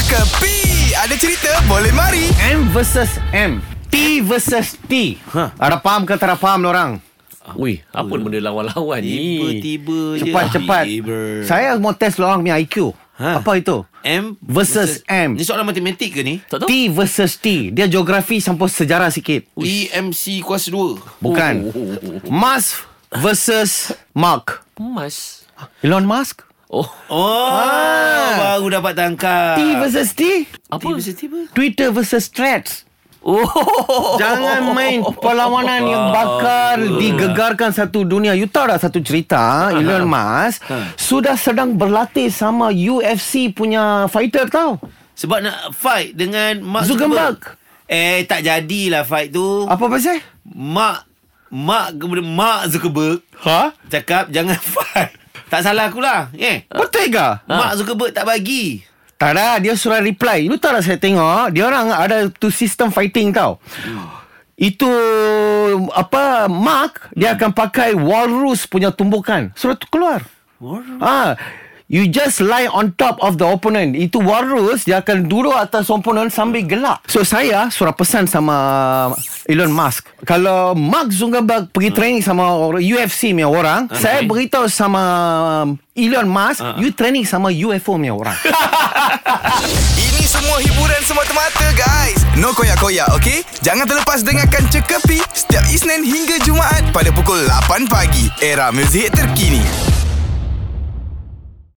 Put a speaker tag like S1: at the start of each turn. S1: Kepi Ada cerita boleh mari
S2: M versus M T versus T
S3: Ha.
S2: Ada faham ke tak faham orang?
S3: Ui, apa benda lawan-lawan ni?
S4: Tiba-tiba je lah.
S2: Cepat cepat
S4: Tiba.
S2: Saya mau test orang punya IQ
S4: Ha.
S2: Apa itu?
S4: M
S2: Versus M.
S4: Ni soalan matematik ke ni?
S3: Tak tahu?
S2: T versus T Dia geografi sampai sejarah sikit
S4: E EMC kuasa 2
S2: Bukan
S3: Oh, oh, oh,
S2: Musk versus Mark
S3: oh. Mas.
S2: Elon Musk
S3: Oh,
S4: Oh ah. Baru dapat
S2: T
S4: tangkap
S2: versus T
S3: apa?
S4: Tiba tiba
S2: Twitter versus Threads
S3: Oh.
S2: Jangan main perlawanan yang bakal digegarkan satu dunia. You tahu tak satu cerita Elon Musk sudah sedang berlatih sama UFC punya fighter tau.
S4: Sebab nak fight dengan Mark
S2: Zuckerberg. Ah.
S4: Eh tak jadilah fight tu
S2: Apa pasal?
S4: Mark Mark kemudian Mark Zuckerberg
S2: Ha?
S4: cakap jangan fight. Tak salah akulah. Eh.
S2: Betul ke?
S4: Ha. Mark Zuckerberg tak bagi.
S2: Tak ada, dia surat reply. You tahu tak saya tengok, dia orang ada tu sistem fighting tau. Itu apa Mark dia akan pakai walrus punya tumbukan. Surat tu keluar. Ah, you just lie on top of the opponent. Itu walrus dia akan duduk atas opponent sambil gelap. So saya surat pesan sama Elon Musk. Kalau Mark Zuckerberg pergi training sama orang UFC punya orang, saya beritahu sama Elon Musk, you training sama UFO punya orang.
S1: Ini semua hiburan semata-mata guys No koyak-koyak ok Jangan terlepas dengarkan Cekapi Setiap Isnin hingga Jumaat Pada pukul 8 pagi Era muzik terkini